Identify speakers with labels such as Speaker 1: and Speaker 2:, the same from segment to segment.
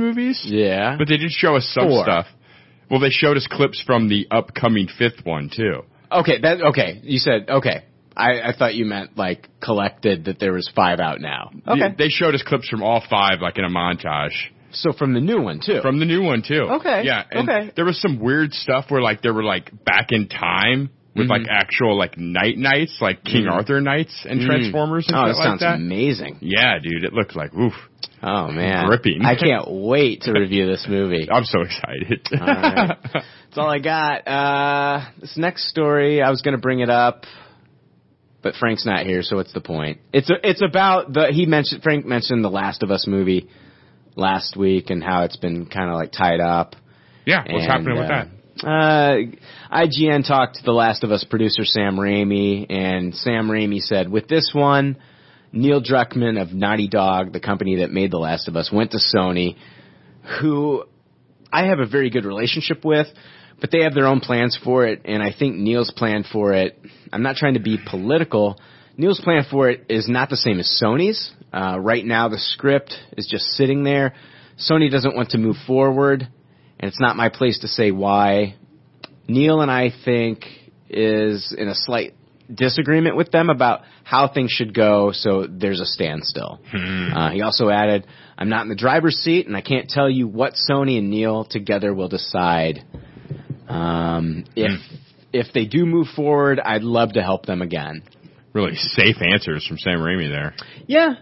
Speaker 1: movies.
Speaker 2: Yeah.
Speaker 1: But they did show us some
Speaker 2: Four.
Speaker 1: stuff. Well, they showed us clips from the upcoming fifth one too.
Speaker 2: Okay, that okay. You said okay. I, I thought you meant like collected that there was five out now. Okay,
Speaker 1: They showed us clips from all five, like in a montage.
Speaker 2: so from the new one too.
Speaker 1: From the new one too.
Speaker 2: Okay.
Speaker 1: Yeah. And
Speaker 2: Okay.
Speaker 1: There was some weird stuff where like there were like back in time with
Speaker 2: Mm-hmm.
Speaker 1: like actual like night knights, like King Arthur knights and Transformers and
Speaker 2: oh, that
Speaker 1: shit like
Speaker 2: sounds
Speaker 1: that.
Speaker 2: amazing.
Speaker 1: Yeah, dude, it looked like oof.
Speaker 2: Oh man,
Speaker 1: Gripping. Oh.
Speaker 2: I can't wait to review this movie.
Speaker 1: I'm so excited.
Speaker 2: right. That's all I got. Uh, this next story, I was going to bring it up, but Frank's not here, so what's the point? It's a, it's about the he mentioned Frank mentioned the Last of Us movie last week and how it's been kind of like tied up.
Speaker 1: yeah, what's
Speaker 2: And,
Speaker 1: happening with
Speaker 2: uh,
Speaker 1: that?
Speaker 2: Uh, IGN talked to The Last of Us producer Sam Raimi, and Sam Raimi said, with this one, Neil Druckmann of Naughty Dog, the company that made The Last of Us, went to Sony, who I have a very good relationship with, but they have their own plans for it, and I think Neil's plan for it, I'm not trying to be political, Neil's plan for it is not the same as Sony's. Uh, right now, the script is just sitting there. Sony doesn't want to move forward, and it's not my place to say why. Neil and I think is in a slight disagreement with them about how things should go, so there's a standstill. Uh, he also added, I'm not in the driver's seat, and I can't tell you what Sony and Neil together will decide. Um, if, if they do move forward, I'd love to help them again.
Speaker 1: Really safe answers from Sam Raimi there.
Speaker 2: Yeah,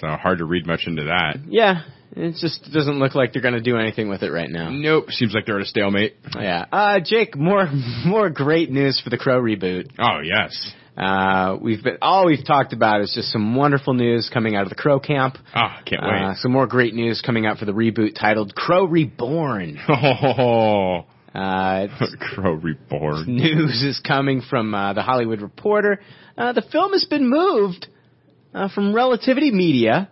Speaker 1: So hard to read much into that.
Speaker 2: yeah. It just doesn't look like they're going to do anything with it right now.
Speaker 1: Nope. Seems like they're at a stalemate.
Speaker 2: Yeah. Uh, Jake, more more great news for the Crow reboot.
Speaker 1: Oh yes.
Speaker 2: Uh, we've been all we've talked about is just some wonderful news coming out of the Crow camp.
Speaker 1: Ah, can't
Speaker 2: Uh, some more great news coming out for the reboot titled Crow Reborn.
Speaker 1: wait. Oh,
Speaker 2: Uh,
Speaker 1: Crow Reborn.
Speaker 2: news is coming from uh, the Hollywood Reporter. Uh, the film has been moved uh, from Relativity Media,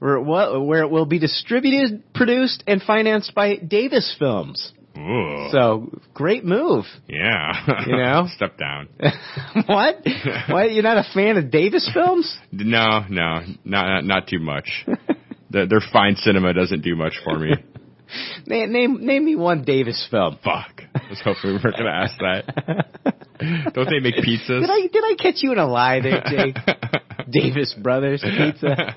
Speaker 2: where it, wa- where it will be distributed, produced, and financed by Davis Films.
Speaker 1: Ooh.
Speaker 2: So great move.
Speaker 1: Yeah.
Speaker 2: You know?
Speaker 1: Step down.
Speaker 2: what? What? You're not a fan of Davis Films?
Speaker 1: No, no, not not, not too much. their, their fine cinema doesn't do much for me.
Speaker 2: name, name name me one Davis film.
Speaker 1: Fuck. I was hoping we weren't gonna ask that. Don't they make pizzas?
Speaker 2: Did I did I catch you in a lie there, Jake? Davis Brothers Pizza.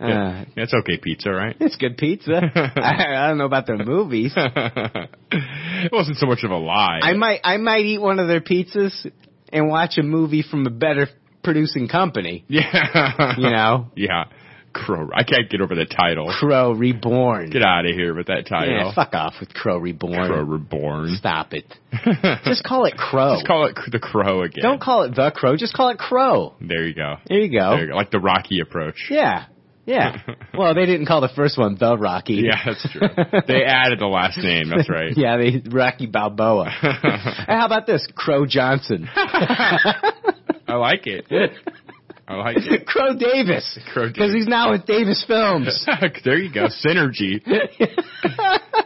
Speaker 2: Uh,
Speaker 1: That's okay, pizza, right?
Speaker 2: it's good pizza. I, I don't know about their movies.
Speaker 1: it wasn't so much of a lie.
Speaker 2: I might I might eat one of their pizzas and watch a movie from a better producing company.
Speaker 1: yeah.
Speaker 2: You know,
Speaker 1: Yeah. Crow. I can't get over the title.
Speaker 2: Crow Reborn.
Speaker 1: Get out of here with that title.
Speaker 2: yeah, fuck off with Crow Reborn.
Speaker 1: Crow Reborn.
Speaker 2: Stop it. Just call it Crow.
Speaker 1: Just call it the Crow again.
Speaker 2: Don't call it the Crow. Just call it Crow.
Speaker 1: There you go.
Speaker 2: There you go.
Speaker 1: There you go. Like the Rocky approach.
Speaker 2: Yeah. Yeah. well, they didn't call the first one the Rocky.
Speaker 1: Yeah, that's true. they added the last name. That's right.
Speaker 2: Yeah, they Rocky Balboa. and how about this? Crow Johnson.
Speaker 1: I like it. I like it.
Speaker 2: Crow Davis.
Speaker 1: Crow
Speaker 2: Because he's now with Davis Films.
Speaker 1: there you go. Synergy.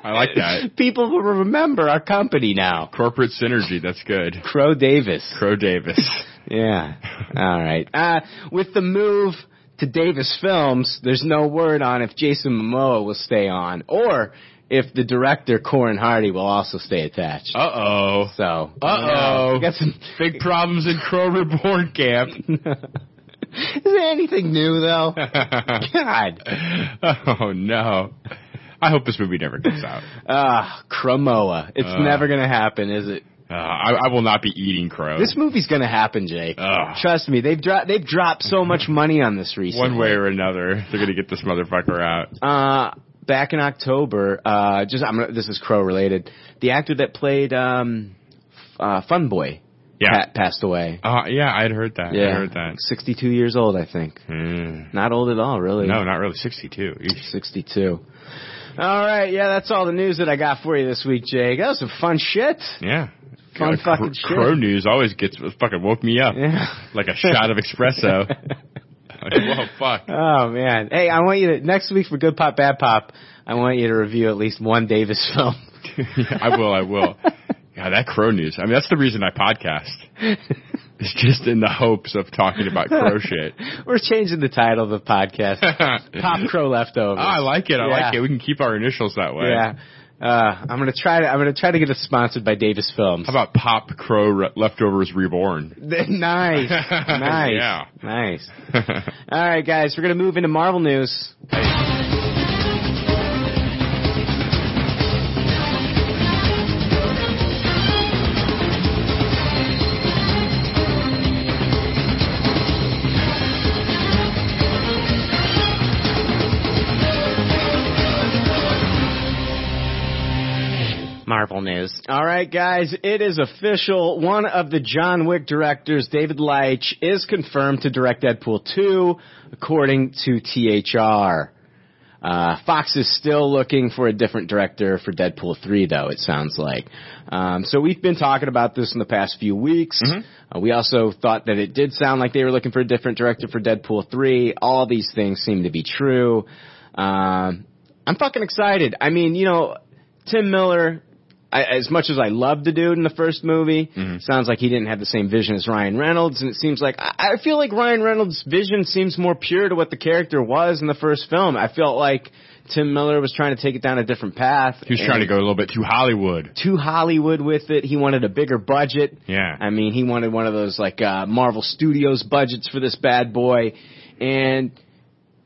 Speaker 1: I like that.
Speaker 2: People will remember our company now.
Speaker 1: Corporate synergy. That's good.
Speaker 2: Crow Davis.
Speaker 1: Crow Davis.
Speaker 2: Yeah. All right. Uh, with the move to Davis Films, there's no word on if Jason Momoa will stay on or if the director, Corin Hardy, will also stay attached.
Speaker 1: Uh oh.
Speaker 2: So, you know,
Speaker 1: Uh-oh.
Speaker 2: we got some
Speaker 1: Big problems in Crow Reborn Camp.
Speaker 2: Is there anything new though? God.
Speaker 1: oh no. I hope this movie never comes out.
Speaker 2: Ah, Cromoa. It's
Speaker 1: Ah.
Speaker 2: never gonna happen, is it?
Speaker 1: Uh, I, I will not be eating crow.
Speaker 2: This movie's gonna happen, Jake.
Speaker 1: Ugh.
Speaker 2: Trust me. They've dropped they've dropped so much money on this recently.
Speaker 1: One way or another, they're gonna get this motherfucker out.
Speaker 2: Uh, back in October, uh, just I'm gonna, this is Crow related. The actor that played um, f- uh, Fun Boy
Speaker 1: Yeah.
Speaker 2: pa- passed away.
Speaker 1: Uh, yeah, I'd heard that. I heard that.
Speaker 2: 62 years old, I think.
Speaker 1: Mm.
Speaker 2: Not old at all, really.
Speaker 1: No, not really. 62. Eesh.
Speaker 2: 62. All right, yeah, that's all the news that I got for you this week, Jake. That was some fun shit.
Speaker 1: Yeah.
Speaker 2: Fun
Speaker 1: God,
Speaker 2: fucking
Speaker 1: Cro-
Speaker 2: shit.
Speaker 1: Crow news always gets fucking woke me up
Speaker 2: Yeah.
Speaker 1: like a shot of espresso. like, whoa, fuck.
Speaker 2: Oh man! Hey, I want you to next week for Good Pop Bad Pop. I want you to review at least one Davis film.
Speaker 1: I will. I will. Yeah, that crow news. I mean, that's the reason I podcast. It's just in the hopes of talking about crow shit.
Speaker 2: We're changing the title of the podcast. Pop Crow Leftovers.
Speaker 1: Oh, I like it. I like
Speaker 2: Yeah.
Speaker 1: it. We can keep our initials that way.
Speaker 2: Yeah. Uh, I'm gonna try to I'm gonna try to get it sponsored by Davis Films.
Speaker 1: How about Pop Crow Re- Leftovers Reborn?
Speaker 2: nice, nice,
Speaker 1: Yeah.
Speaker 2: nice. All right, guys, we're gonna move into Marvel news. Marvel news. All right, guys, it is official. One of the John Wick directors, David Leitch, is confirmed to direct Deadpool 2, according to THR. Uh, Fox is still looking for a different director for Deadpool 3, though, it sounds like. Um, so we've been talking about this in the past few weeks. Uh, we also thought that it did sound like they were looking for a different director for Deadpool 3. All these things seem to be true. Um, I'm fucking excited. I mean, you know, Tim Miller, I, as much as I loved the dude in the first movie,
Speaker 1: Mm-hmm.
Speaker 2: sounds like he didn't have the same vision as Ryan Reynolds, and it seems like I, I feel like Ryan Reynolds' vision seems more pure to what the character was in the first film. I felt like Tim Miller was trying to take it down a different path.
Speaker 1: He was trying to go a little bit too Hollywood.
Speaker 2: to Hollywood with it. He wanted a bigger budget.
Speaker 1: Yeah.
Speaker 2: I mean, he wanted one of those like uh, Marvel Studios budgets for this bad boy, and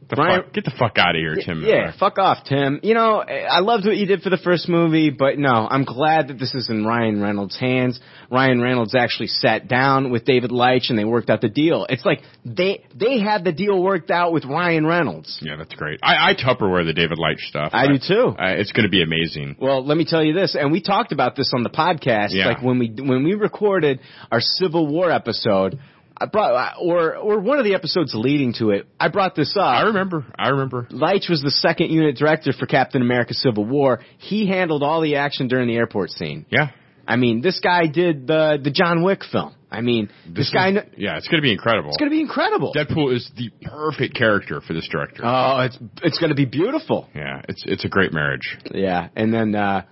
Speaker 1: The
Speaker 2: Brian-
Speaker 1: fuck, get the fuck out of here, Tim Miller.
Speaker 2: yeah, fuck off, Tim. You know, I loved what you did for the first movie, but no, I'm glad that this is in Ryan Reynolds' hands. Ryan Reynolds actually sat down with David Leitch and they worked out the deal. It's like they they had the deal worked out with Ryan Reynolds.
Speaker 1: Yeah, that's great. I, I Tupperware the David Leitch stuff.
Speaker 2: I do too.
Speaker 1: I, it's going to be amazing.
Speaker 2: Well, let me tell you this, and we talked about this on the podcast,
Speaker 1: Yeah.
Speaker 2: like when we when we recorded our Civil War episode. I brought, or or one of the episodes leading to it. I brought this up.
Speaker 1: I remember. I remember.
Speaker 2: Leitch was the second unit director for Captain America Civil War. He handled all the action during the airport scene.
Speaker 1: Yeah.
Speaker 2: I mean, this guy did the the John Wick film. I mean, this,
Speaker 1: is-
Speaker 2: guy kn-
Speaker 1: yeah, it's going to be incredible.
Speaker 2: it's going to be incredible.
Speaker 1: Deadpool is the perfect character for this director.
Speaker 2: Oh, it's it's going to be beautiful.
Speaker 1: yeah, it's it's a great marriage.
Speaker 2: Yeah, and then uh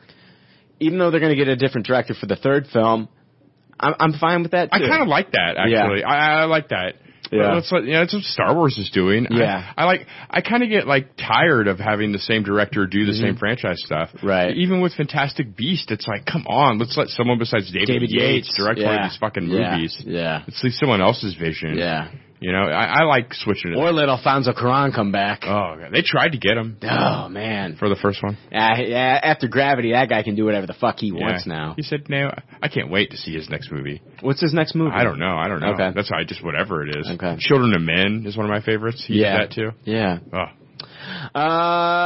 Speaker 2: even though they're going to get a different director for the third film, I'm I'm fine with that too.
Speaker 1: I kind of like that actually. I, I like that.
Speaker 2: Yeah.
Speaker 1: that's what, yeah, that's what Star Wars is doing. I-
Speaker 2: Yeah.
Speaker 1: I, like. I kind of get like tired of having the same director do the same franchise stuff.
Speaker 2: Mm-hmm. Right.
Speaker 1: Even with Fantastic Beast, it's like, come on, let's let someone besides David,
Speaker 2: David
Speaker 1: Yates,
Speaker 2: Yates.
Speaker 1: direct one
Speaker 2: Yeah.
Speaker 1: of these fucking
Speaker 2: Yeah.
Speaker 1: movies.
Speaker 2: Yeah.
Speaker 1: Let's leave someone else's vision.
Speaker 2: yeah.
Speaker 1: You know, I, I like switching it.
Speaker 2: Or let Alfonso Cuarón come back.
Speaker 1: oh, God. they tried to get him
Speaker 2: oh man.
Speaker 1: for the first one.
Speaker 2: Uh, yeah, after Gravity, that guy can do whatever the fuck he wants
Speaker 1: Yeah.
Speaker 2: now.
Speaker 1: He said, "No, I can't wait to see his next movie."
Speaker 2: What's his next movie?
Speaker 1: I don't know. I don't know.
Speaker 2: Okay.
Speaker 1: That's why I just whatever it is.
Speaker 2: Okay.
Speaker 1: Children of Men is one of my favorites. He did
Speaker 2: Yeah.
Speaker 1: that too.
Speaker 2: Yeah.
Speaker 1: Oh,
Speaker 2: Uh,